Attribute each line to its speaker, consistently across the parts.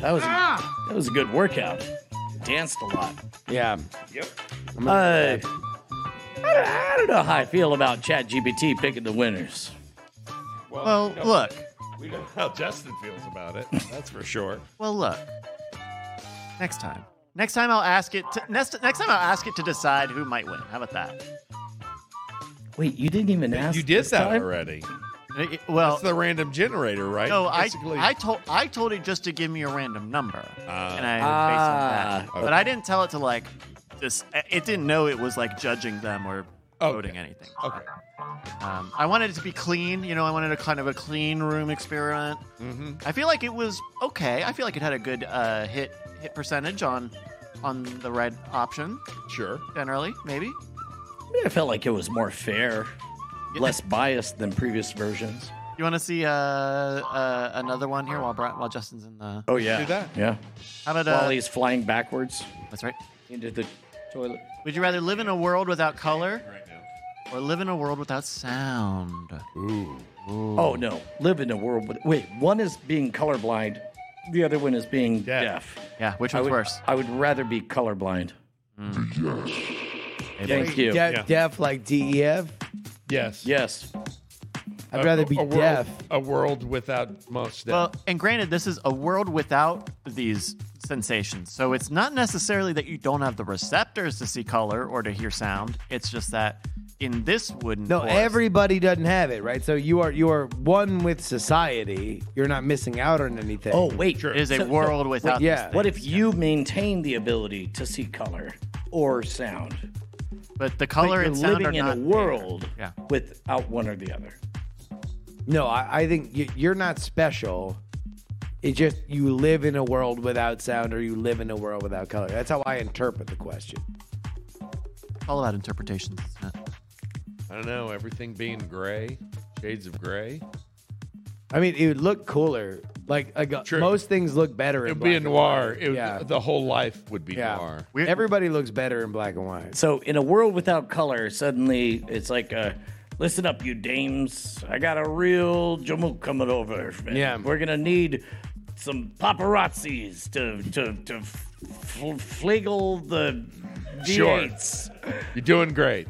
Speaker 1: That was
Speaker 2: Ah.
Speaker 1: that was a good workout. Danced a lot.
Speaker 3: Yeah.
Speaker 1: Uh, I, don't, I don't know how I feel about ChatGPT picking the winners.
Speaker 4: Well,
Speaker 2: no,
Speaker 4: look.
Speaker 2: we know how Justin feels about it. That's for sure.
Speaker 4: Well, look. Next time. Next time I'll ask it. To, next next time I'll ask it to decide who might win. How about that?
Speaker 1: Wait, you didn't even ask.
Speaker 2: You did
Speaker 1: this
Speaker 2: that
Speaker 1: time?
Speaker 2: already.
Speaker 4: Uh, It- it- well,
Speaker 2: That's the random generator, right?
Speaker 4: Oh. no, I,
Speaker 2: Basically-
Speaker 4: I told I told it just to give me a random number,
Speaker 2: Ah.
Speaker 4: and I based on that.
Speaker 2: Ah,
Speaker 4: But
Speaker 2: okay.
Speaker 4: I didn't tell it to like this. It didn't know it was like judging them or
Speaker 2: Okay.
Speaker 4: voting anything.
Speaker 2: Okay.
Speaker 4: Um, I wanted it to be clean. You know, I wanted a kind of a clean room experiment.
Speaker 2: Mm-hmm.
Speaker 4: I feel like it was okay. I feel like it had a good uh, hit hit percentage on on the red option
Speaker 2: Sure.
Speaker 4: generally, maybe.
Speaker 1: I mean, I felt like it was more fair,
Speaker 4: Yeah.
Speaker 1: less biased than previous versions.
Speaker 4: You want to see uh, uh, another one here while Bri- while Justin's in the.
Speaker 1: Oh yeah,
Speaker 2: Do that.
Speaker 1: yeah.
Speaker 4: How about
Speaker 1: While
Speaker 4: uh,
Speaker 1: he's flying backwards
Speaker 4: that's right.
Speaker 1: into the toilet.
Speaker 4: Would you rather live in a world without color
Speaker 2: Right now.
Speaker 4: or live in a world without sound?
Speaker 2: Ooh.
Speaker 1: Oh no, live in a world. With, wait, one is being colorblind, the other one is being
Speaker 2: Deaf.
Speaker 1: deaf.
Speaker 4: Yeah, which
Speaker 1: I
Speaker 4: one's
Speaker 1: would,
Speaker 4: worse?
Speaker 1: I would rather be colorblind. Thank you.
Speaker 3: De-
Speaker 2: Yeah.
Speaker 3: Deaf like DEF.
Speaker 2: Yes.
Speaker 1: Yes.
Speaker 3: I'd rather be
Speaker 2: Uh, a world,
Speaker 3: deaf.
Speaker 2: A world without most deaf.
Speaker 4: Well, and granted, this is a world without these sensations. So it's not necessarily that you don't have the receptors to see color or to hear sound. It's just that in this wooden
Speaker 3: No,
Speaker 4: forest-
Speaker 3: everybody doesn't have it, right? So you are you are one with society. You're not missing out on anything.
Speaker 1: Oh wait,
Speaker 2: Sure.
Speaker 4: it is a
Speaker 1: So- so-
Speaker 4: world without.
Speaker 3: yeah.
Speaker 4: these
Speaker 1: What
Speaker 4: things.
Speaker 1: if you maintain the ability to see color or sound?
Speaker 4: But the
Speaker 1: But
Speaker 4: color
Speaker 1: you're
Speaker 4: and sound
Speaker 1: living
Speaker 4: are
Speaker 1: in
Speaker 4: not
Speaker 1: a
Speaker 4: there.
Speaker 1: world
Speaker 4: Yeah.
Speaker 1: without one or the other.
Speaker 3: no, I, I think you, you're not special. It just you live in a world without sound, or you live in a world without color. That's how I interpret the question.
Speaker 4: It's all about interpretations. Isn't it?
Speaker 2: I don't know. Everything being gray, shades of gray.
Speaker 3: I mean, it would look cooler. Like, like uh,
Speaker 2: True.
Speaker 3: most things look better.
Speaker 2: It
Speaker 3: in
Speaker 2: would be a
Speaker 3: black and
Speaker 2: noir.
Speaker 3: white.
Speaker 2: It would,
Speaker 3: yeah,
Speaker 2: The whole life would be
Speaker 3: yeah.
Speaker 2: noir.
Speaker 4: We're-
Speaker 3: Everybody looks better in black and white.
Speaker 1: So in a world without color, suddenly it's like uh Listen up, you dames. I got a real Jamook coming over. and
Speaker 3: Yeah.
Speaker 1: We're going to need some paparazzis to, to, to f- f- flagel the
Speaker 2: Sure.
Speaker 1: D8s.
Speaker 2: You're doing great.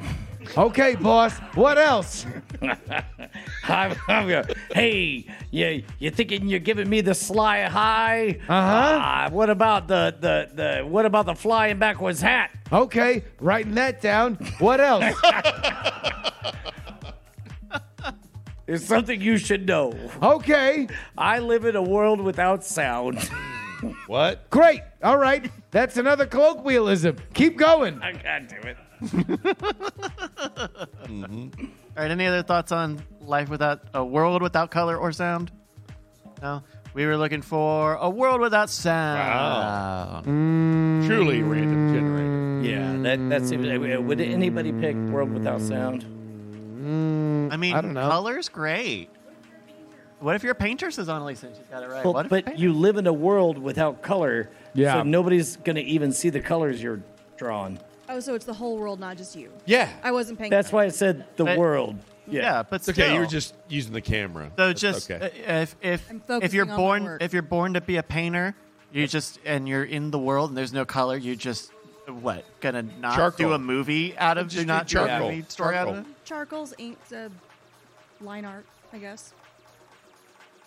Speaker 3: Okay, boss. What else?
Speaker 1: I'm, I'm going, hey, you, you thinking you're giving me the sly high? Uh-huh. what about the, the, the what about the flying backwards hat?
Speaker 3: Okay, writing that down. What else?
Speaker 1: It's something you should know.
Speaker 3: Okay,
Speaker 1: I live in a world without sound.
Speaker 2: What?
Speaker 3: great. All right, that's another colloquialism. Keep going.
Speaker 1: I can't do it.
Speaker 4: All right. Any other thoughts on life without a world without color or sound? No. We were looking for a world without sound.
Speaker 2: Truly random generator.
Speaker 1: Yeah, that that seems. Would anybody pick World Without Sound?
Speaker 4: I mean,
Speaker 3: I don't know.
Speaker 4: color's great. What if your painter says Annalise and she's got it right?
Speaker 1: Well,
Speaker 4: what if
Speaker 1: but
Speaker 4: painter-
Speaker 1: you live in a world without color,
Speaker 3: Yeah.
Speaker 1: so nobody's gonna even see the colors you're drawing.
Speaker 5: Oh, so it's the whole world, not just you.
Speaker 2: Yeah.
Speaker 5: I wasn't paying.
Speaker 1: That's why I said the
Speaker 4: But-
Speaker 1: world. Yeah.
Speaker 4: yeah, but
Speaker 2: It's okay.
Speaker 4: still.
Speaker 2: You were just using the camera.
Speaker 4: so
Speaker 2: That's
Speaker 4: just
Speaker 2: okay.
Speaker 4: uh, if if
Speaker 5: I'm
Speaker 4: if
Speaker 5: focusing
Speaker 4: you're
Speaker 5: on my
Speaker 4: born
Speaker 5: work.
Speaker 4: if you're born to be a painter, you just and you're in the world and there's no color, you just what gonna not
Speaker 2: Charcoal.
Speaker 4: do a movie out of
Speaker 2: Just
Speaker 4: do
Speaker 2: do
Speaker 4: not do a
Speaker 2: charcoal.
Speaker 4: movie story out of
Speaker 2: Charcoal.
Speaker 4: it.
Speaker 5: Charcoal's ink's a line art, I guess.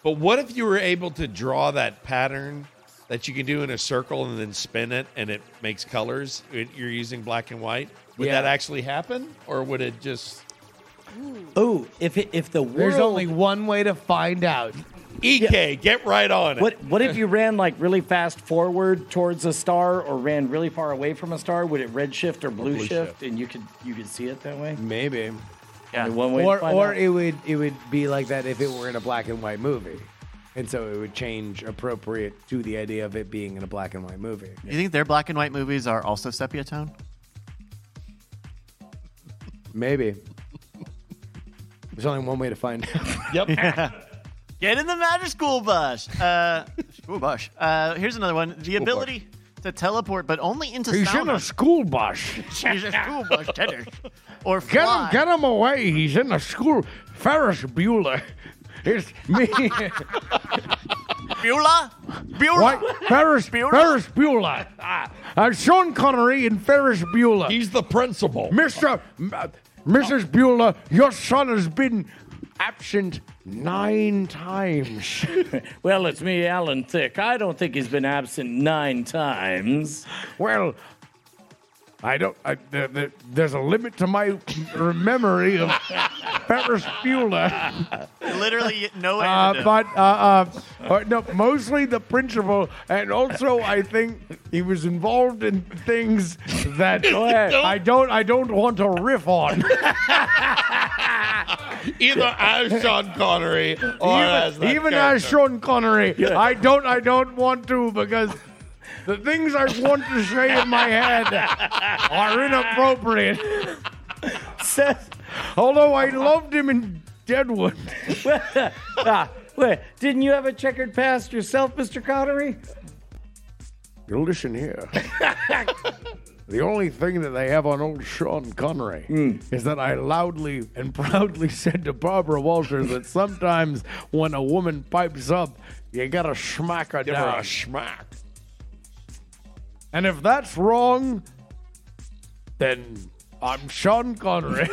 Speaker 2: But what if you were able to draw that pattern that you can do in a circle and then spin it and it makes colors? It- You're using black and white. Would
Speaker 3: Yeah.
Speaker 2: that actually happen, or would it just
Speaker 5: Ooh.
Speaker 1: Oh, if it, if the world
Speaker 3: There's only one way to find out.
Speaker 2: EK E get right on it?
Speaker 1: What what if you ran like really fast forward towards a star or ran really far away from a star? Would it redshift or blue,
Speaker 2: blue
Speaker 1: shift,
Speaker 2: shift.
Speaker 1: and you could you could see it that way?
Speaker 3: Maybe.
Speaker 1: Only
Speaker 4: Yeah.
Speaker 1: One way to
Speaker 3: Or
Speaker 1: find
Speaker 3: or
Speaker 1: out.
Speaker 3: it would it would be like that if it were in a black and white movie. And so it would change appropriate to the idea of it being in a black and white movie.
Speaker 4: You think their black and white movies are also sepia tone?
Speaker 3: Maybe. There's only one way to find out.
Speaker 2: Yep.
Speaker 4: Get in the magic school bus. Uh, school bus. Uh, here's another one: the ability to teleport, but only into
Speaker 3: He's in a
Speaker 4: sauna.
Speaker 3: school bus.
Speaker 4: He's a school bus tennis. Or
Speaker 3: Get
Speaker 4: fly.
Speaker 3: him, get him away. He's in the school. Ferris Bueller. It's me.
Speaker 4: Beulah? Beulah?
Speaker 6: Right? Ferris,
Speaker 4: Bueller?
Speaker 6: Ferris Bueller. Uh, Sean Connery and Ferris Bueller.
Speaker 2: He's the principal.
Speaker 6: Mr. M- uh, Mrs. Bueller, your son has been absent nine times.
Speaker 1: Well, it's me, Alan Thick. I don't think he's been absent nine times.
Speaker 6: well, I don't. I, there, there- there's a limit to my memory of Ferris Bueller.
Speaker 4: Literally no
Speaker 6: Uh,
Speaker 4: additive.
Speaker 6: but uh, uh, uh, no, mostly the principal, and also I think he was involved in things that I don't. I don't want to riff on.
Speaker 2: Either as Sean Connery or as
Speaker 6: even
Speaker 2: that
Speaker 6: even as
Speaker 2: Oh, character.
Speaker 6: Sean Connery, I don't. I don't want to because. The things I want to say in my head are inappropriate.
Speaker 1: Seth,
Speaker 6: Although I loved him in Deadwood.
Speaker 1: ah, wait, didn't you have a checkered past yourself, Mr. Connery?
Speaker 6: You listen here. the only thing that they have on old Sean Connery
Speaker 1: Hmm.
Speaker 6: is that I loudly and proudly said to Barbara Walters that sometimes when a woman pipes up, you gotta smack her
Speaker 2: Give her a
Speaker 6: down.
Speaker 2: schmack.
Speaker 6: and if that's wrong, then I'm Sean Connery.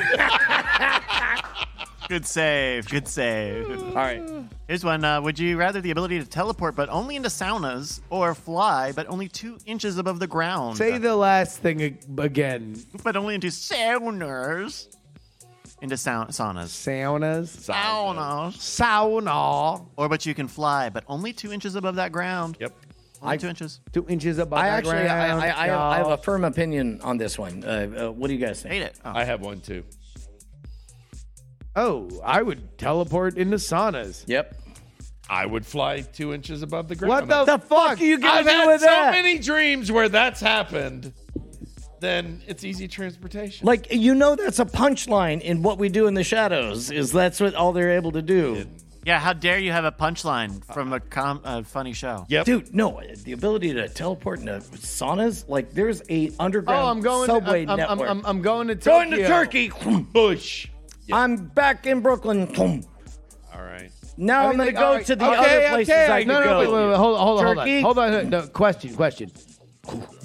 Speaker 4: good save. Good save.
Speaker 1: All right.
Speaker 4: Here's one. Uh, would you rather the ability to teleport, but only into saunas, or fly, but only two inches above the ground?
Speaker 3: Say the last thing ag- again.
Speaker 4: but only into saunas. Into sau- saunas.
Speaker 3: Saunas.
Speaker 4: Saunas.
Speaker 3: Sauna.
Speaker 4: Or but you can fly, but only two inches above that ground.
Speaker 2: Yep.
Speaker 4: Only two inches.
Speaker 3: Two inches above
Speaker 1: I
Speaker 3: the
Speaker 1: actually, I,
Speaker 3: ground.
Speaker 1: I, I, have, I have a firm opinion on this one. Uh, uh, what do you guys think?
Speaker 4: Hate it. Oh.
Speaker 2: I have one too.
Speaker 3: Oh, I would teleport into saunas.
Speaker 1: Yep.
Speaker 2: I would fly two inches above the
Speaker 3: What
Speaker 2: ground.
Speaker 3: the, fuck?
Speaker 1: Fuck you guys
Speaker 2: I've had
Speaker 1: with
Speaker 2: so
Speaker 1: that.
Speaker 2: many dreams where that's happened. Then it's easy transportation.
Speaker 1: Like you know, that's a punchline in what we do in the shadows. Is that's what all they're able to do,
Speaker 4: Yeah, how dare you have a punchline from a com- uh, funny show?
Speaker 2: yep.
Speaker 1: dude? No, the ability to teleport into saunas. Like there's a underground
Speaker 3: Oh, I'm going.
Speaker 1: subway
Speaker 3: I'm, I'm,
Speaker 1: network.
Speaker 3: I'm, I'm going to Tokyo.
Speaker 1: going to Turkey.
Speaker 2: Bush.
Speaker 1: I'm back in Brooklyn.
Speaker 2: All right.
Speaker 1: Now I am
Speaker 3: mean,
Speaker 1: going
Speaker 3: like,
Speaker 1: to go
Speaker 3: all right,
Speaker 1: to the
Speaker 3: okay,
Speaker 1: other places
Speaker 3: okay,
Speaker 1: I could
Speaker 3: no, no,
Speaker 1: go.
Speaker 3: Wait, wait, wait, hold on, hold on, hold
Speaker 1: Turkey?
Speaker 3: on. Hold on. hold on. No, question, question.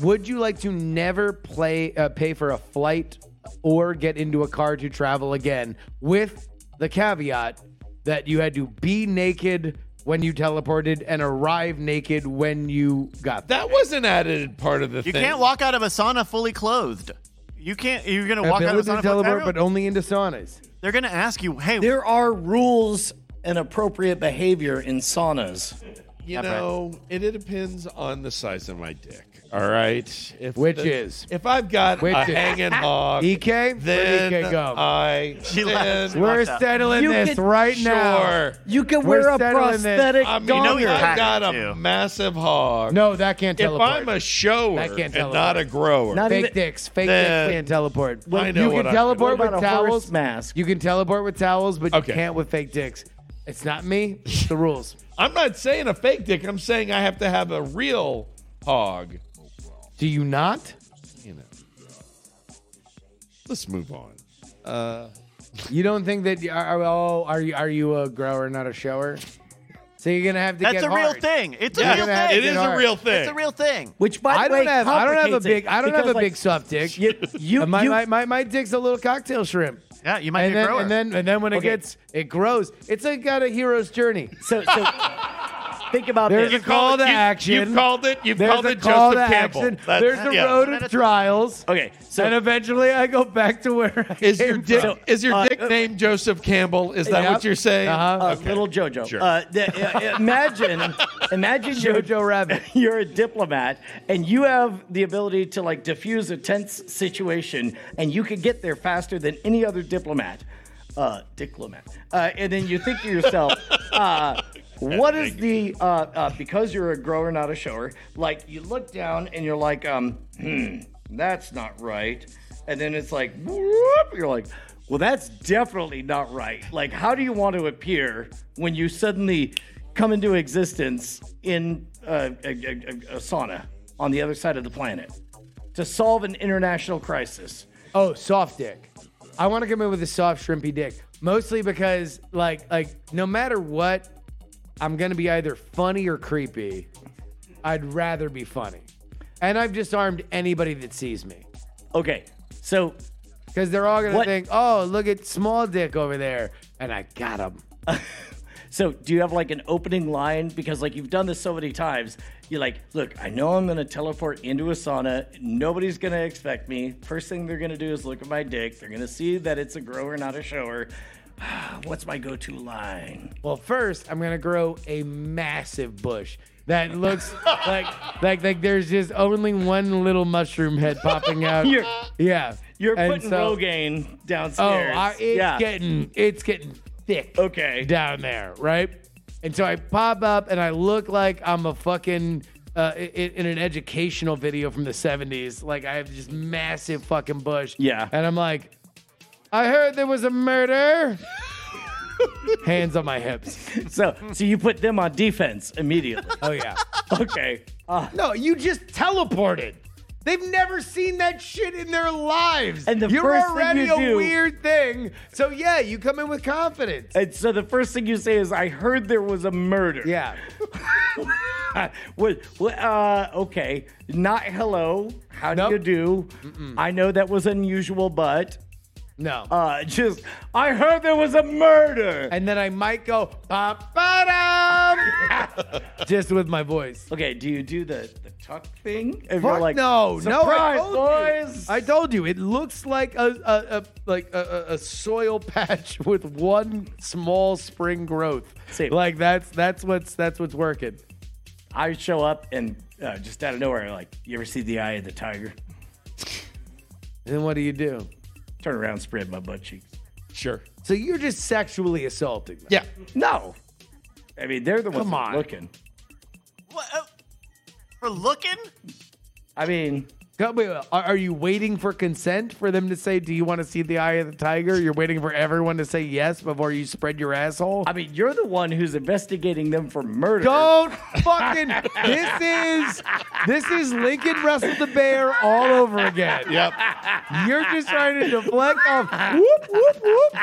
Speaker 3: Would you like to never play uh, pay for a flight or get into a car to travel again with the caveat that you had to be naked when you teleported and arrive naked when you got there?
Speaker 2: That was an added part of the
Speaker 4: You
Speaker 2: thing.
Speaker 4: can't walk out of a sauna fully clothed. You can't. You're gonna walk out of a
Speaker 3: Ability
Speaker 4: sauna.
Speaker 3: to
Speaker 4: fully-
Speaker 3: teleport,
Speaker 4: everyone-
Speaker 3: but only into saunas.
Speaker 4: they're gonna ask you, hey,
Speaker 1: There are rules and appropriate behavior in saunas.
Speaker 2: You know, it, it depends on the size of my dick. All right. If
Speaker 3: Which
Speaker 2: the-
Speaker 3: is?
Speaker 2: If I've got
Speaker 3: Which
Speaker 2: a
Speaker 3: is? E
Speaker 2: hanging hog,
Speaker 3: EK? Where'd
Speaker 2: then
Speaker 3: EK go?
Speaker 2: I.
Speaker 4: She
Speaker 2: then
Speaker 4: left.
Speaker 3: We're
Speaker 4: Watch out.
Speaker 3: settling
Speaker 1: You
Speaker 3: this
Speaker 1: could-
Speaker 3: right now.
Speaker 2: Sure.
Speaker 1: You can
Speaker 3: We're
Speaker 1: wear a
Speaker 3: settling this.
Speaker 1: prosthetic
Speaker 2: I mean,
Speaker 1: dong.
Speaker 4: know you're
Speaker 2: if I've
Speaker 4: hacking,
Speaker 2: got a
Speaker 4: too.
Speaker 2: massive hog.
Speaker 3: No, that can't
Speaker 2: If
Speaker 3: teleport.
Speaker 2: I'm a shower
Speaker 3: That can't
Speaker 2: and
Speaker 3: teleport.
Speaker 2: not a grower,
Speaker 1: Not
Speaker 3: Fake
Speaker 1: even-
Speaker 3: dicks. Fake
Speaker 2: Nah.
Speaker 3: dicks can't teleport.
Speaker 2: I know
Speaker 3: you
Speaker 2: what
Speaker 3: can
Speaker 2: I'm
Speaker 3: teleport
Speaker 1: doing. What
Speaker 3: with
Speaker 1: about a horse
Speaker 3: towels.
Speaker 1: mask?
Speaker 3: You can teleport with towels, but
Speaker 2: Okay.
Speaker 3: you can't with fake dicks. It's not me. It's the rules.
Speaker 2: I'm not saying a fake dick. I'm saying I have to have a real hog.
Speaker 3: Do you not?
Speaker 2: You know. Let's move on.
Speaker 3: You don't think that? you- Are, are- oh, are you are you a grower, not a shower? So you're gonna have to
Speaker 4: That's
Speaker 3: get
Speaker 4: a real
Speaker 3: hard.
Speaker 4: thing. It's
Speaker 3: Yeah,
Speaker 4: a real
Speaker 3: you're gonna have to
Speaker 4: thing.
Speaker 2: It is
Speaker 3: hard.
Speaker 2: a real thing.
Speaker 4: It's a real thing.
Speaker 1: Which by
Speaker 3: I
Speaker 1: the way,
Speaker 3: don't have I don't have a
Speaker 1: complicates it,
Speaker 3: big I don't have
Speaker 1: because,
Speaker 3: a
Speaker 1: like,
Speaker 3: big soft dick.
Speaker 1: You, you,
Speaker 3: my,
Speaker 1: you-
Speaker 3: my, my my dick's a little cocktail shrimp.
Speaker 4: Yeah, you might
Speaker 3: And
Speaker 4: be a
Speaker 3: then,
Speaker 4: grower.
Speaker 3: and then and then when
Speaker 1: Okay.
Speaker 3: it gets it grows, it's like got a hero's journey.
Speaker 1: so, so think about
Speaker 3: There's
Speaker 1: this.
Speaker 3: a call to
Speaker 2: you,
Speaker 3: action.
Speaker 2: You've called it. You've
Speaker 3: There's
Speaker 2: called
Speaker 3: a
Speaker 2: it
Speaker 3: call to
Speaker 2: Joseph Campbell.
Speaker 3: action.
Speaker 2: That's-
Speaker 3: There's a
Speaker 2: yeah.
Speaker 3: road of trials.
Speaker 1: okay, so
Speaker 3: and eventually I go back to where I
Speaker 2: Is
Speaker 3: came
Speaker 2: your dick
Speaker 3: from.
Speaker 2: is your
Speaker 1: uh,
Speaker 2: dick named Joseph Campbell? Is that
Speaker 3: Yep.
Speaker 2: what you're saying?
Speaker 3: Uh-huh.
Speaker 1: uh, little JoJo.
Speaker 2: Sure.
Speaker 1: Uh, the, uh, imagine, imagine you're-
Speaker 3: Jojo Rabbit.
Speaker 1: You're a diplomat, and you have the ability to like diffuse a tense situation, and you can get there faster than any other diplomat. Uh, diplomat. Uh, and then you think to yourself, uh, what is the uh, uh, because you're a grower, not a shower? Like you look down and you're like, um, hmm, that's not right. And then it's like, whoop, you're like, well, that's definitely not right. Like, how do you want to appear when you suddenly come into existence in uh, a, a, a- a sauna on the other side of the planet to solve an international crisis?
Speaker 3: Oh, soft dick. I want to come in with a soft shrimpy dick, mostly because like like no matter what, I'm gonna be either funny or creepy. I'd rather be funny, and I've disarmed anybody that sees me
Speaker 1: Okay, so
Speaker 3: because they're all gonna
Speaker 1: What-
Speaker 3: think, "Oh, look at small dick over there," and I got him.
Speaker 1: So, do you have like an opening line? Because like you've done this so many times, you're like, look, I know I'm gonna teleport into a sauna. Nobody's gonna expect me. First thing they're gonna do is look at my dick. They're gonna see that it's a grower, not a shower. What's my go-to line?
Speaker 3: Well, first I'm gonna grow a massive bush that looks like like like there's just only one little mushroom head popping out.
Speaker 1: You're-
Speaker 3: yeah,
Speaker 1: You're
Speaker 3: And
Speaker 1: putting
Speaker 3: so-
Speaker 1: Rogaine
Speaker 3: Oh,
Speaker 1: downstairs.
Speaker 3: I, it's getting it's getting thick.
Speaker 1: Okay.
Speaker 3: down there, right? And so I pop up and I look like I'm a fucking uh, i- i- in an educational video from the '70s. Like I have this massive fucking bush.
Speaker 1: Yeah.
Speaker 3: and I'm like, I heard there was a murder. Hands on my hips.
Speaker 1: so, so you put them on defense immediately.
Speaker 3: Oh yeah.
Speaker 1: okay. Uh,
Speaker 3: No, you just teleported. They've never seen that shit in their lives.
Speaker 1: And the
Speaker 3: You're
Speaker 1: first thing
Speaker 3: already
Speaker 1: you
Speaker 3: a
Speaker 1: do-
Speaker 3: weird thing. So yeah, you come in with confidence.
Speaker 1: and so the first thing you say is, "I heard there was a murder."
Speaker 3: Yeah.
Speaker 1: what, what, uh, okay, not hello. How do
Speaker 3: Nope.
Speaker 1: you do? I know that was unusual, but
Speaker 3: No.
Speaker 1: uh, just I heard there was a murder.
Speaker 3: and then I might go ba just with my voice.
Speaker 1: okay, do you do the the tuck thing? If
Speaker 3: Fuck no, no! I
Speaker 1: "Surprise,
Speaker 3: told
Speaker 1: boys.
Speaker 3: you. I told you it looks like a, a, a like a, a a soil patch with one small spring growth.
Speaker 1: See.
Speaker 3: Like that's that's what's that's what's working.
Speaker 1: I show up and uh, just out of nowhere, like you ever see the eye of the tiger?
Speaker 3: And then what do you do?
Speaker 1: Turn around, spread my butt cheeks.
Speaker 2: Sure.
Speaker 3: So you're just sexually assaulting them.
Speaker 2: Yeah.
Speaker 1: No, I mean they're the ones
Speaker 3: Come
Speaker 1: that
Speaker 3: on.
Speaker 1: are looking.
Speaker 4: What? Uh, we're looking?
Speaker 1: I mean,
Speaker 3: Come- wait, wait, Are, are you waiting for consent for them to say, "Do you want to see the eye of the tiger"? You're waiting for everyone to say yes before you spread your asshole.
Speaker 1: I mean you're the one who's investigating them for murder.
Speaker 3: Don't fucking. this is this is Lincoln wrestled the bear all over again.
Speaker 2: Yep.
Speaker 3: You're just trying to deflect off. Whoop whoop whoop.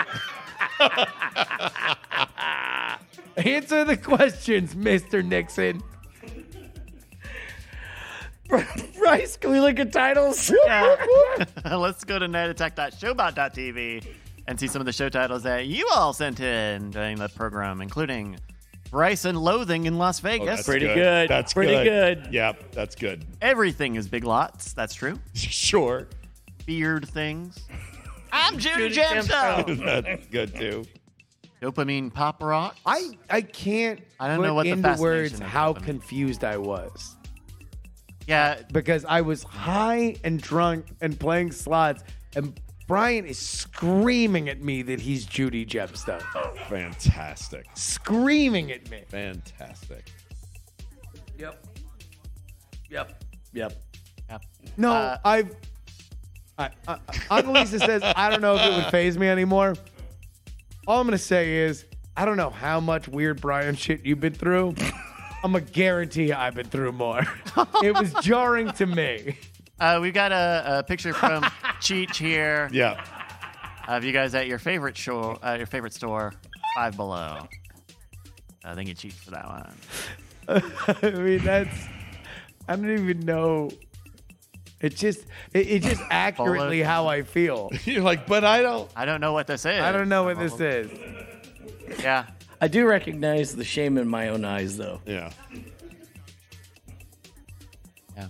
Speaker 3: Answer the questions, Mr. Nixon.
Speaker 1: Bryce, can we look at titles?
Speaker 4: Let's go to netattack.showbot.tv and see some of the show titles that you all sent in during the program, including Bryce and Loathing in Las Vegas.
Speaker 1: pretty good.
Speaker 2: That's
Speaker 1: Pretty
Speaker 2: good.
Speaker 1: good.
Speaker 2: Yep. That's good.
Speaker 4: Everything is Big Lots. That's true.
Speaker 2: Sure.
Speaker 4: Beard things. I'm Judy Gemstone.
Speaker 2: That's good too.
Speaker 4: Dopamine Pop Rock.
Speaker 3: I I can't.
Speaker 4: I don't
Speaker 3: put
Speaker 4: know what the
Speaker 3: into
Speaker 4: fascination
Speaker 3: words
Speaker 4: of
Speaker 3: how
Speaker 4: Kevin-
Speaker 3: confused I was
Speaker 4: Yeah,
Speaker 3: because I was high and drunk and playing slots, and Brian is screaming at me that he's Judy Jepstone,
Speaker 2: Fantastic.
Speaker 3: screaming at me.
Speaker 2: Fantastic.
Speaker 1: Yep.
Speaker 3: No,
Speaker 4: Uh,
Speaker 3: I've. I, I, Uncle Lisa says, I don't know if it would phase me anymore. All I'm going to say is, I don't know how much weird Brian shit you've been through. I'm going to guarantee you I've been through more. it was jarring to me.
Speaker 4: uh, we've got a, a picture from Cheech here
Speaker 2: Yeah.
Speaker 4: of you guys at your favorite show, uh, your favorite store, Five Below. Uh, thank you, Cheech, for that one.
Speaker 3: I mean, that's. I don't even know. It's just, it, it's just accurately how I feel.
Speaker 2: You're like, but I don't.
Speaker 4: I don't know what this is.
Speaker 3: I don't know what this is.
Speaker 4: Yeah.
Speaker 1: I do recognize the shame in my own eyes, though.
Speaker 2: Yeah.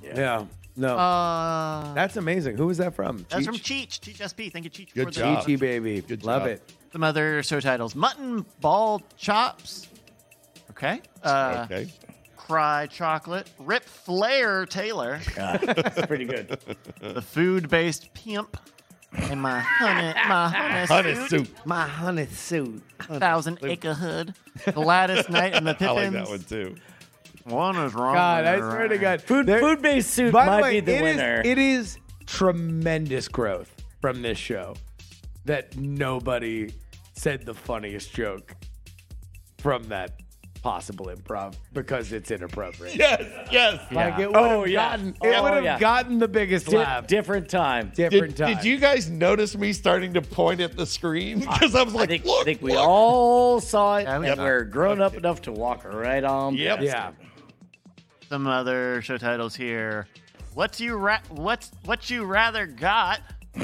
Speaker 3: Yeah. No.
Speaker 4: Uh,
Speaker 3: that's amazing. Who was that from?
Speaker 4: that's
Speaker 3: Cheech?
Speaker 4: from Cheech, Cheech SP. Thank you, Cheech,
Speaker 2: Good
Speaker 4: for the
Speaker 2: job.
Speaker 3: Cheechy baby.
Speaker 2: Good
Speaker 3: Love
Speaker 2: job.
Speaker 3: it.
Speaker 4: Some other show titles Mutton Ball Chops. Okay. Uh,
Speaker 2: Okay.
Speaker 4: Cry Chocolate. Rip Flair Taylor.
Speaker 1: That's pretty good.
Speaker 4: the food based pimp. And my honey, my honey,
Speaker 2: Honey
Speaker 4: suit.
Speaker 2: soup.
Speaker 3: My honey suit.
Speaker 4: Thousand Acre Hood. Gladys Knight and the
Speaker 2: I
Speaker 4: Pippins.
Speaker 2: like that one too.
Speaker 4: One is wrong.
Speaker 3: God, I
Speaker 4: that's
Speaker 3: swear to God.
Speaker 1: Food
Speaker 3: There-
Speaker 1: food based soup
Speaker 3: By
Speaker 1: might
Speaker 3: the
Speaker 1: be
Speaker 3: way,
Speaker 1: the
Speaker 3: it is-
Speaker 1: winner.
Speaker 3: it is tremendous growth from this show that nobody said the funniest joke from that possible improv because it's inappropriate.
Speaker 2: Yes, yes.
Speaker 3: Like it would
Speaker 1: Oh,
Speaker 3: have
Speaker 1: yeah.
Speaker 3: gotten, it
Speaker 1: Oh,
Speaker 3: would have
Speaker 1: yeah.
Speaker 3: gotten the biggest
Speaker 1: Di-
Speaker 3: laugh.
Speaker 1: different time.
Speaker 3: different
Speaker 2: Did,
Speaker 3: time.
Speaker 2: did you guys notice me starting to point at the screen? Because I was
Speaker 1: I
Speaker 2: like,
Speaker 1: think,
Speaker 2: look,
Speaker 1: I think we
Speaker 2: look.
Speaker 1: all saw it,
Speaker 4: Yeah, we
Speaker 1: and
Speaker 4: saw
Speaker 1: we're grown up enough to walk right on.
Speaker 2: Yep.
Speaker 3: Yeah.
Speaker 4: Some other show titles here. What you ra- what what you rather got?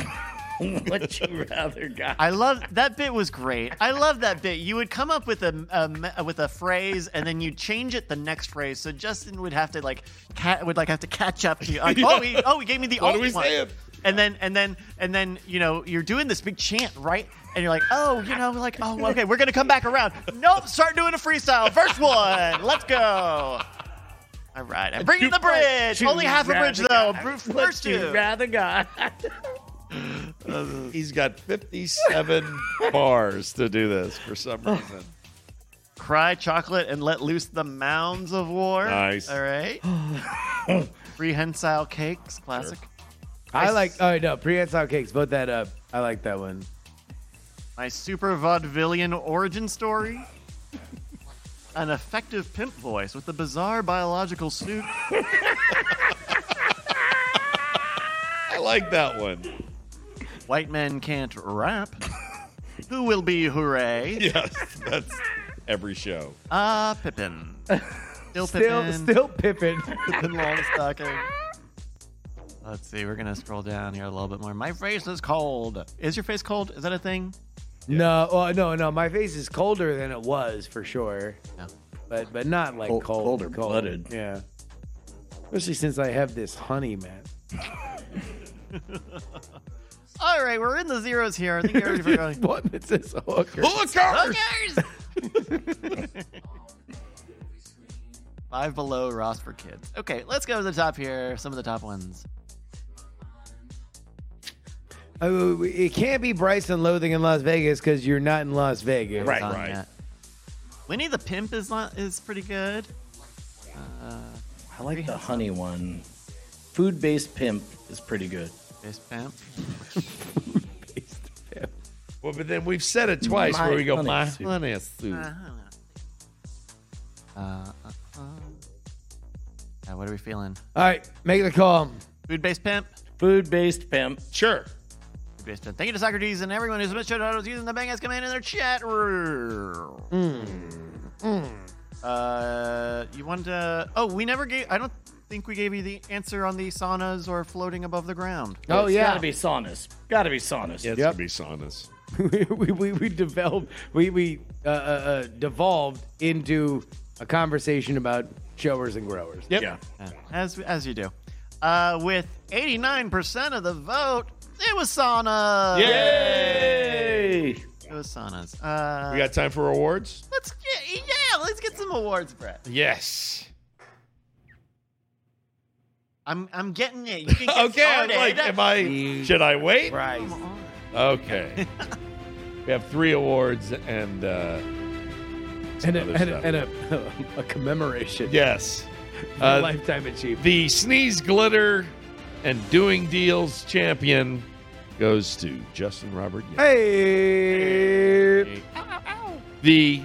Speaker 1: What you rather got?
Speaker 4: I love that bit was great. I love that bit. You would come up with a, a me- with a phrase and then you change it the next phrase. So Justin would have to like cat would like have to catch up to you. Like, oh, he oh he gave me the
Speaker 2: What
Speaker 4: alt
Speaker 2: are we
Speaker 4: one.
Speaker 2: saying?
Speaker 4: And then and then and then you know you're doing this big chant right, and you're like oh you know like oh okay we're gonna come back around. Nope, start doing a freestyle. First one, let's go. All right, I'm bringing the bridge.
Speaker 1: What
Speaker 4: Only
Speaker 1: you
Speaker 4: half a bridge
Speaker 1: rather
Speaker 4: though.
Speaker 1: got?
Speaker 4: First
Speaker 1: What you
Speaker 4: two.
Speaker 1: rather got?
Speaker 2: He's got 57 bars to do this for some reason.
Speaker 4: Cry chocolate and let loose the mounds of war.
Speaker 2: Nice.
Speaker 4: All right. Prehensile cakes, classic.
Speaker 3: I like, oh, no, prehensile cakes. Vote that up. I like that one.
Speaker 4: My super vaudevillian origin story. An effective pimp voice with a bizarre biological suit.
Speaker 2: I like that one.
Speaker 4: White men can't rap. Who will be hooray?
Speaker 2: Yes, that's every show.
Speaker 4: Ah, Pippin. Still
Speaker 3: Still,
Speaker 4: Pippin.
Speaker 3: still Pippin.
Speaker 4: Pippin Longstocking. Let's see, we're gonna scroll down here a little bit more. My face is cold. Is your face cold? Is that a thing?
Speaker 3: No, well, no, no. My face is colder than it was for sure,
Speaker 4: No.
Speaker 3: but but not like
Speaker 1: Col-
Speaker 3: cold,
Speaker 1: colder
Speaker 3: cold.
Speaker 1: blooded.
Speaker 3: Yeah, especially since I have this honey, man.
Speaker 4: All right, we're in the zeros here. I think I already forgot.
Speaker 3: One that says hooker.
Speaker 2: Hookers!
Speaker 4: Hookers! Five below Ross for kids. Okay, let's go to the top here. Some of the top ones.
Speaker 3: Oh, it can't be Bryson Loathing in Las Vegas because you're not in Las Vegas.
Speaker 1: Right.
Speaker 4: It's on
Speaker 2: right.
Speaker 4: yet. Winnie the Pimp is not, is pretty good.
Speaker 1: I like the honey one. Food based pimp is pretty good.
Speaker 4: This pimp.
Speaker 2: Well, but then we've said it twice
Speaker 1: My
Speaker 2: where we go,
Speaker 1: honey
Speaker 2: my
Speaker 1: suit."
Speaker 2: honey suit.
Speaker 4: Uh, uh, uh. Now, what are we feeling?
Speaker 3: All right, make the call.
Speaker 4: Food based pimp.
Speaker 1: Food based pimp.
Speaker 2: Sure.
Speaker 4: Food based pimp. Thank you to Socrates and everyone who submitted show titles using the Bang Ass command in their chat room.
Speaker 2: Hmm.
Speaker 4: Hmm. Uh, you wanted to. Oh, we never gave. I don't think we gave you the answer on the saunas or floating above the ground.
Speaker 3: Oh
Speaker 1: It's
Speaker 3: yeah,
Speaker 1: Gotta be saunas. Gotta be saunas.
Speaker 2: Yeah, it's
Speaker 3: Yep.
Speaker 2: gonna be saunas.
Speaker 3: we, we we developed we we uh, uh, uh, devolved into a conversation about showers and growers.
Speaker 2: Yep.
Speaker 1: Yeah.
Speaker 4: Yeah, As as you do. Uh, with 89% of the vote, it was saunas.
Speaker 1: Hey.
Speaker 4: It was saunas. Uh,
Speaker 2: We got time for awards?
Speaker 4: let's get, yeah, let's get some awards, Brett.
Speaker 2: Yes.
Speaker 4: I'm I'm getting it. You can get
Speaker 2: Okay, I'm
Speaker 4: started.
Speaker 2: like, am I, should I wait?
Speaker 3: Right.
Speaker 2: Okay. we have three awards and, uh,
Speaker 3: and a,
Speaker 2: other
Speaker 3: and,
Speaker 2: stuff.
Speaker 3: a, and a, a commemoration.
Speaker 2: yes.
Speaker 3: for
Speaker 2: Uh,
Speaker 3: lifetime achievement.
Speaker 2: the Sneeze Glitter and Doing Deals champion goes to Justin Robert. Young.
Speaker 3: Hey,
Speaker 2: The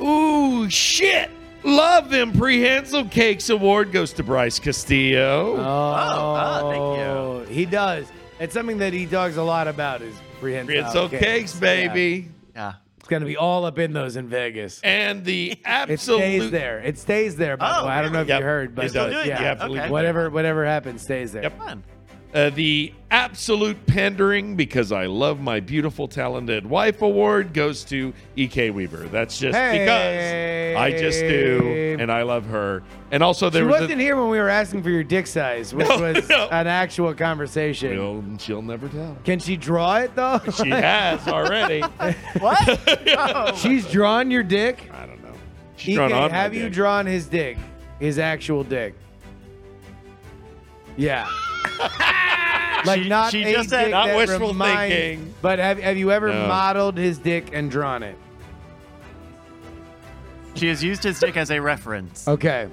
Speaker 2: Ooh Shit Love Them Prehensile Cakes Award goes to Bryce Castillo. Oh, ah,
Speaker 4: oh,
Speaker 3: thank you. He does. It's something that he talks a lot about is prehensile
Speaker 2: Prehensile
Speaker 3: cakes,
Speaker 2: Cakes, baby.
Speaker 4: Yeah.
Speaker 3: It's gonna be all up in those in Vegas.
Speaker 2: And the
Speaker 3: It
Speaker 2: absolute
Speaker 3: stays there. It stays there. By the
Speaker 4: Oh,
Speaker 3: way, I don't know if
Speaker 2: Yep.
Speaker 3: you heard, but
Speaker 2: it does.
Speaker 4: doing
Speaker 2: You
Speaker 3: yeah,
Speaker 4: that.
Speaker 2: have to leave
Speaker 4: Okay.
Speaker 3: whatever whatever happens stays there.
Speaker 2: Yep.
Speaker 4: Fun.
Speaker 2: Uh, the absolute pandering because I love my beautiful, talented wife award goes to E.K. Weaver. That's just
Speaker 3: Hey.
Speaker 2: because I just do, and I love her. And also there
Speaker 3: She
Speaker 2: was
Speaker 3: wasn't
Speaker 2: a,
Speaker 3: here when we were asking for your dick size, which
Speaker 2: No,
Speaker 3: was
Speaker 2: no.
Speaker 3: an actual conversation.
Speaker 2: She'll, she'll never tell.
Speaker 3: Can she draw it though?
Speaker 2: She has already.
Speaker 4: What?
Speaker 3: She's drawn your dick.
Speaker 2: I don't know. She's
Speaker 3: EK,
Speaker 2: drawn on my
Speaker 3: E have you
Speaker 2: dick.
Speaker 3: drawn his dick? His actual dick. Yeah. like
Speaker 4: She-
Speaker 3: not
Speaker 4: she
Speaker 3: a
Speaker 4: just said-
Speaker 3: dick
Speaker 2: Not
Speaker 3: that
Speaker 2: wishful
Speaker 3: reminds-
Speaker 2: thinking.
Speaker 3: But have, have you ever
Speaker 2: No.
Speaker 3: modeled his dick and drawn it?
Speaker 4: she has used his dick as a reference.
Speaker 3: Okay.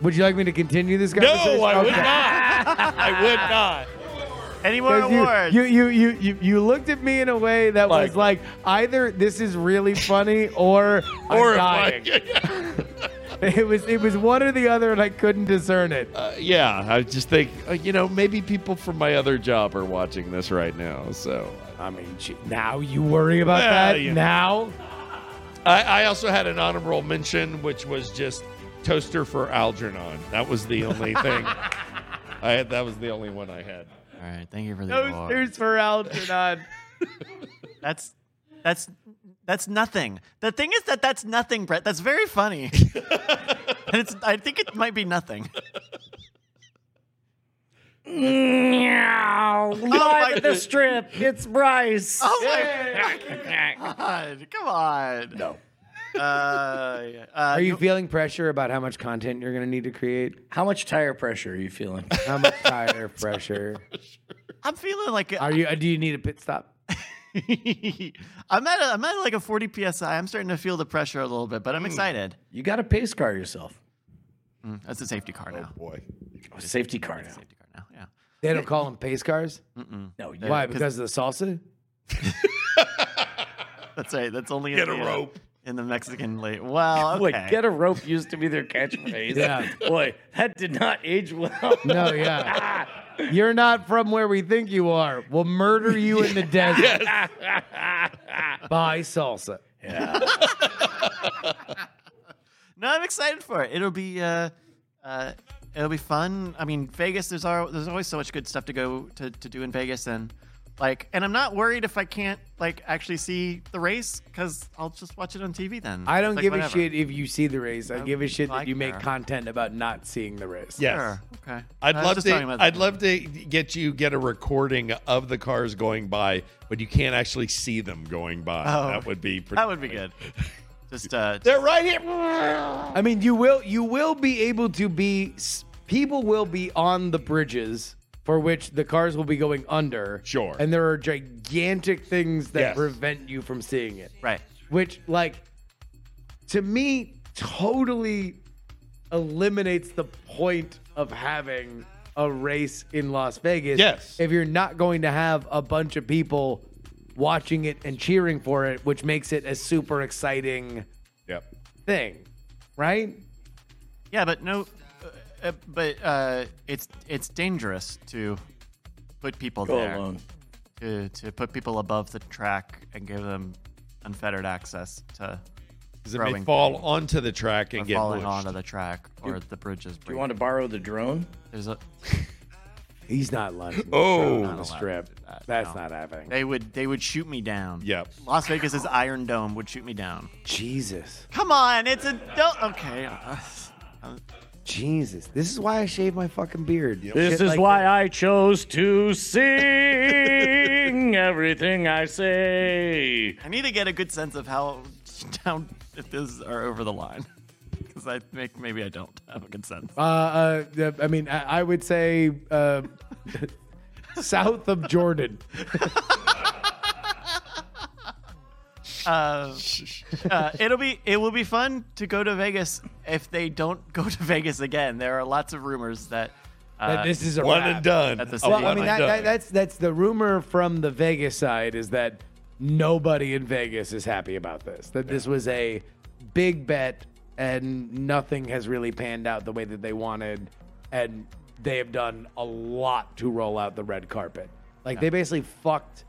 Speaker 3: Would you like me to continue this
Speaker 2: No,
Speaker 3: conversation?
Speaker 2: I would
Speaker 3: Okay.
Speaker 2: not. I would not.
Speaker 4: Any more
Speaker 3: 'Cause you-
Speaker 4: awards?
Speaker 3: You, you, you, you, you looked at me in a way that
Speaker 1: Like-
Speaker 3: was like either this is really funny or I'm dying. It was it was one or the other, and I couldn't discern it.
Speaker 2: Uh, yeah, I just think uh, you know maybe people from my other job are watching this right now. So
Speaker 3: I mean, gee, now you worry about
Speaker 2: Well,
Speaker 3: that
Speaker 2: you-
Speaker 3: now.
Speaker 2: I, I also had an honorable mention, which was just toaster for Algernon. That was the only thing. I had, that was the only one I had.
Speaker 4: All right, thank you for the
Speaker 3: Those
Speaker 4: award.
Speaker 3: there's for Algernon.
Speaker 4: That's that's that's nothing. The thing is that that's nothing, Brett. That's very funny. and it's I think it might be nothing.
Speaker 1: Live at the strip. It's Bryce.
Speaker 4: Oh my god! Come on. No. Uh, yeah. uh,
Speaker 3: Are you feeling pressure about how much content you're going to need to create?
Speaker 1: How much tire pressure are you feeling?
Speaker 3: How much tire pressure?
Speaker 4: I'm feeling like
Speaker 3: Are you? uh, Do you need a pit stop?
Speaker 4: I'm at a, I'm at like a 40 psi. I'm starting to feel the pressure a little bit, but I'm excited.
Speaker 1: You got to pace car yourself.
Speaker 4: That's a safety car now.
Speaker 2: Boy,
Speaker 1: Oh, safety car now.
Speaker 4: Safety car now. Yeah.
Speaker 3: They don't call them pace cars.
Speaker 1: No, you
Speaker 3: Why? Because of the salsa?
Speaker 4: That's right. That's only
Speaker 2: Get
Speaker 4: in
Speaker 2: a
Speaker 4: the, uh,
Speaker 2: rope.
Speaker 4: in the Mexican late. Well, okay.
Speaker 1: Boy, get a rope used to be their catchphrase.
Speaker 3: Yeah.
Speaker 1: Boy, that did not age well.
Speaker 3: No, yeah. You're not from where we think you are. We'll murder you in the desert. By salsa.
Speaker 4: No, I'm excited for it. It'll be uh, uh, it'll be fun. I mean, Vegas. There's al- there's always so much good stuff to go to, to do in Vegas, and like, and I'm not worried if I can't like actually see the race because I'll just watch it on TV then.
Speaker 3: I don't
Speaker 4: Like,
Speaker 3: give a
Speaker 4: whatever.
Speaker 3: shit if you see the race. I give a shit that
Speaker 4: like
Speaker 3: you make
Speaker 4: her.
Speaker 3: content about not seeing the race.
Speaker 2: yes.
Speaker 4: Sure. Okay.
Speaker 2: I'd
Speaker 4: I was
Speaker 2: love
Speaker 4: just
Speaker 2: to.
Speaker 4: talking about
Speaker 2: I'd
Speaker 4: that.
Speaker 2: love to get you get a recording of the cars going by, but you can't actually see them going by.
Speaker 4: Oh.
Speaker 2: that would be pretty
Speaker 4: That would be
Speaker 2: funny.
Speaker 4: good. Just uh,
Speaker 2: They're right here.
Speaker 3: I mean, you will you will be able to be s- people will be on the bridges for which the cars will be going under.
Speaker 2: Sure.
Speaker 3: And there are gigantic things that
Speaker 2: Yes.
Speaker 3: prevent you from seeing it.
Speaker 4: right.
Speaker 3: which like to me totally eliminates the point of having a race in Las Vegas.
Speaker 2: Yes.
Speaker 3: If you're not going to have a bunch of people watching it and cheering for it, which makes it a super exciting
Speaker 2: Yep.
Speaker 3: thing, right?
Speaker 4: Yeah, but no, uh, uh, but uh, it's it's dangerous to put people
Speaker 1: Go
Speaker 4: there.
Speaker 1: alone.
Speaker 4: to, to put people above the track and give them unfettered access to
Speaker 2: Because it may
Speaker 4: throwing
Speaker 2: fall
Speaker 4: things
Speaker 2: onto the track and
Speaker 4: or
Speaker 2: get
Speaker 4: falling
Speaker 2: pushed.
Speaker 4: onto the track or the bridges.
Speaker 1: You want to borrow the drone?
Speaker 4: There's a,
Speaker 3: He's not lunching.
Speaker 2: Oh.
Speaker 3: on the strip. That's not happening.
Speaker 4: they would they would shoot me down.
Speaker 2: Yep.
Speaker 4: Las Vegas's Iron Dome would shoot me down.
Speaker 3: Jesus.
Speaker 4: Come on, it's a do- okay. uh,
Speaker 3: Jesus. This is why I shave my fucking beard.
Speaker 1: This is
Speaker 3: Shit like
Speaker 1: why I chose to sing everything I say.
Speaker 4: I need to get a good sense of how down if those are over the line because I think maybe I don't have a good sense.
Speaker 3: Uh, uh, yeah, I mean, I, I would say uh, south of Jordan.
Speaker 4: uh, uh, it'll be it will be fun to go to Vegas if they don't go to Vegas again. There are lots of rumors that, uh,
Speaker 3: That this is a
Speaker 2: One
Speaker 3: wrap.
Speaker 2: and done.
Speaker 4: At the
Speaker 2: A
Speaker 4: same-
Speaker 3: Well, I
Speaker 2: one and
Speaker 3: mean, that, that,
Speaker 2: done.
Speaker 3: that's that's the rumor from the Vegas side is that nobody in Vegas is happy about this. That this was a big bet and nothing has really panned out the way that they wanted, and they have done a lot to roll out the red carpet. Like they basically fucked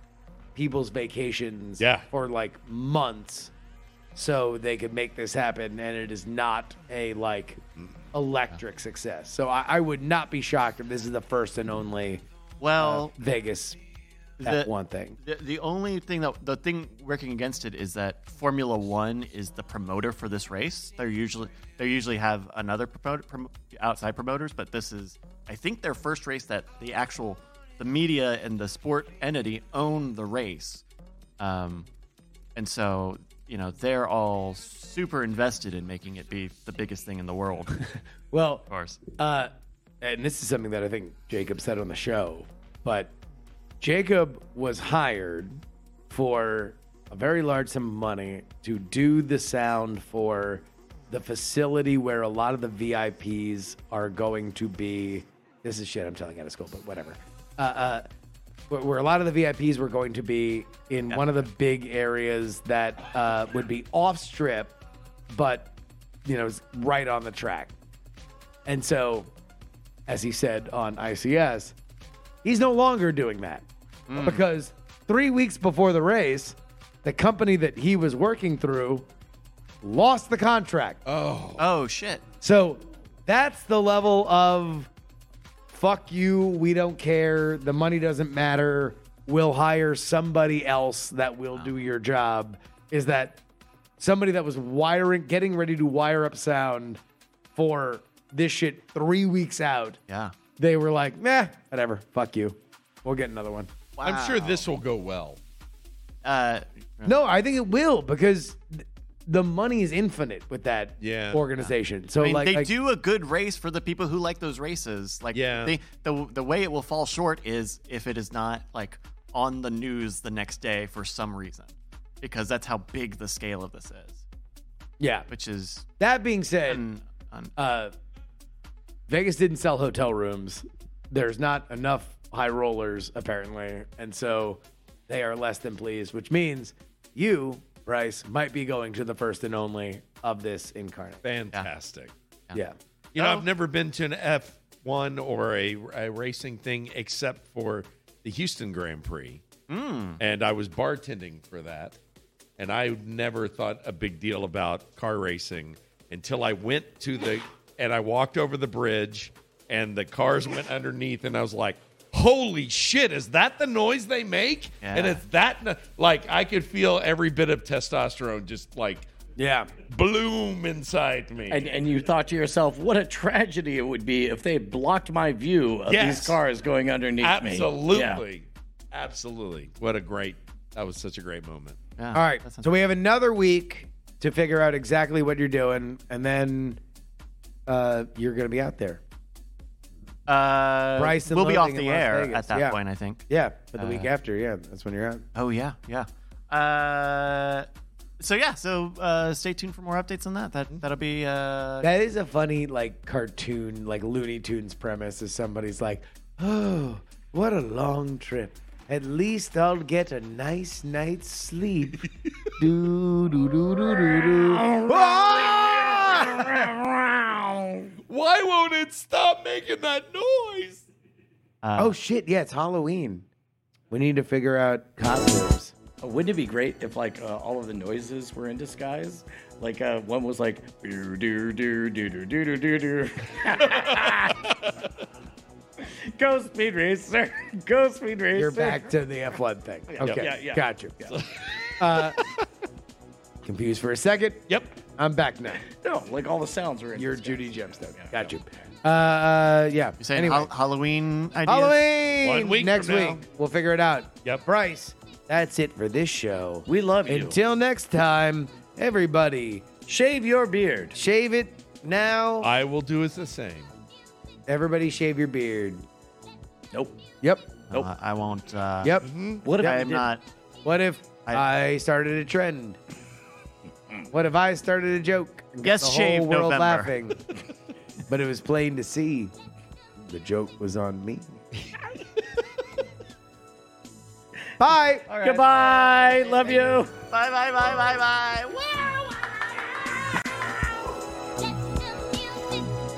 Speaker 3: people's vacations
Speaker 2: Yeah.
Speaker 3: for like months so they could make this happen and it is not a like electric success so I, I would not be shocked if this is the first and only
Speaker 4: well,
Speaker 3: vegas
Speaker 4: the,
Speaker 3: f1 thing
Speaker 4: the the only thing that the thing working against it is that Formula One is the promoter for this race. They're usually they usually have another promoter prom, outside promoters, but this is I think their first race that the actual the media and the sport entity own the race. Um, and so, you know, they're all super invested in making it be the biggest thing in the world. Of
Speaker 3: well
Speaker 4: course.
Speaker 3: uh and this is something that i think jacob said on the show but jacob was hired for a very large sum of money to do the sound for the facility where a lot of the VIPs are going to be. This is shit I'm telling out of school, but whatever. Uh, uh, where, where a lot of the VIPs were going to be in one of the big areas that uh, would be off strip, but you know, is right on the track. And so, as he said on ICS, he's no longer doing that because three weeks before the race, the company that he was working through lost the contract.
Speaker 4: Oh shit.
Speaker 3: So that's the level of fuck you, we don't care, the money doesn't matter, we'll hire somebody else that will do your job. Is that somebody that was wiring, getting ready to wire up sound for this shit three weeks out?
Speaker 4: Yeah.
Speaker 3: They were like, nah, whatever, fuck you. We'll get another one.
Speaker 2: I'm sure this will go well.
Speaker 4: Uh,
Speaker 3: No, I think it will because th- the money is infinite with that
Speaker 2: Yeah.
Speaker 3: organization. So
Speaker 4: I mean,
Speaker 3: like,
Speaker 4: they
Speaker 3: like-
Speaker 4: do a good race for the people who like those races. Like,
Speaker 2: Yeah.
Speaker 4: they, the the way it will fall short is if it is not like on the news the next day for some reason, because that's how big the scale of this is.
Speaker 3: yeah.
Speaker 4: Which is
Speaker 3: That being said,
Speaker 4: un- un-
Speaker 3: uh, Vegas didn't sell hotel rooms. There's not enough high rollers apparently, and so they are less than pleased. Which means you, Bryce, might be going to the first and only of this incarnate.
Speaker 2: Fantastic.
Speaker 3: Yeah,
Speaker 2: You know, I've never been to an F1 or a, a racing thing except for the Houston Grand Prix. And I was bartending for that. And I never thought a big deal about car racing until I went to the and I walked over the bridge and the cars went underneath and I was like, "Holy shit, is that the noise they make?" And
Speaker 4: Yeah.
Speaker 2: it's that no- like I could feel every bit of testosterone just like
Speaker 3: yeah.
Speaker 2: bloom inside me.
Speaker 1: And, and you thought to yourself, what a tragedy it would be if they blocked my view of
Speaker 2: Yes.
Speaker 1: these cars going underneath me.
Speaker 2: Absolutely.
Speaker 1: Yeah.
Speaker 2: Absolutely. What a great that was such a great moment.
Speaker 4: yeah,
Speaker 3: All right,
Speaker 4: that sounds-
Speaker 3: so we have another week to figure out exactly what you're doing, and then uh, you're going to be out there.
Speaker 4: uh,
Speaker 3: Bryce and
Speaker 4: we'll be off
Speaker 3: Loathing
Speaker 4: the
Speaker 3: in Las
Speaker 4: air
Speaker 3: Vegas.
Speaker 4: at that
Speaker 3: Yeah.
Speaker 4: point, I think.
Speaker 3: Yeah, for the
Speaker 4: Uh,
Speaker 3: week after. Yeah, that's when you're out.
Speaker 4: Oh yeah, yeah. Uh, so yeah, so uh, stay tuned for more updates on that.
Speaker 3: Mm-hmm.
Speaker 4: That that'll be uh,
Speaker 3: That is a funny like cartoon, like Looney Tunes premise. Is somebody's like, "Oh, what a long trip. At least I'll get a nice night's sleep." do do do do do do. Ah!
Speaker 2: Why won't it stop making that noise?
Speaker 3: oh shit! Yeah, it's Halloween. We need to figure out costumes.
Speaker 1: Wouldn't it be great if like uh, all of the noises were in disguise? Like uh, one was like do do do do do do do do do. Go speed racer. Go speed racer.
Speaker 3: You're back to the F1 thing. Okay,
Speaker 1: Yeah, yeah.
Speaker 3: got you. Uh, confused for a second.
Speaker 2: Yep.
Speaker 3: I'm back now.
Speaker 1: No, like all the sounds are in.
Speaker 3: You're
Speaker 1: disguise.
Speaker 3: Judy Gemstone.
Speaker 1: Yeah,
Speaker 3: Got
Speaker 1: yeah.
Speaker 3: you. Uh, yeah.
Speaker 4: you saying Hal- Halloween ideas.
Speaker 3: Halloween
Speaker 2: One week
Speaker 3: next
Speaker 2: from now.
Speaker 3: week. We'll figure it out.
Speaker 2: Yep.
Speaker 3: Bryce, that's it for this show.
Speaker 1: We love you.
Speaker 3: Until next time, everybody,
Speaker 1: Shave your beard.
Speaker 3: shave it now.
Speaker 2: I will do as the same.
Speaker 3: everybody, shave your beard.
Speaker 1: Nope.
Speaker 3: Yep.
Speaker 1: Nope.
Speaker 4: Uh, I won't. Uh,
Speaker 3: Yep.
Speaker 1: what if I
Speaker 4: I'm
Speaker 1: did-
Speaker 4: not.
Speaker 3: What if I,
Speaker 4: I-
Speaker 3: started a trend? What if I started a joke? and got
Speaker 4: Guess
Speaker 3: the
Speaker 4: shave
Speaker 3: whole world
Speaker 4: November.
Speaker 3: laughing. but it was plain to see. The joke was on me. Bye.
Speaker 1: Goodbye. Love you.
Speaker 4: Bye bye bye bye bye. Wow.
Speaker 7: Get the music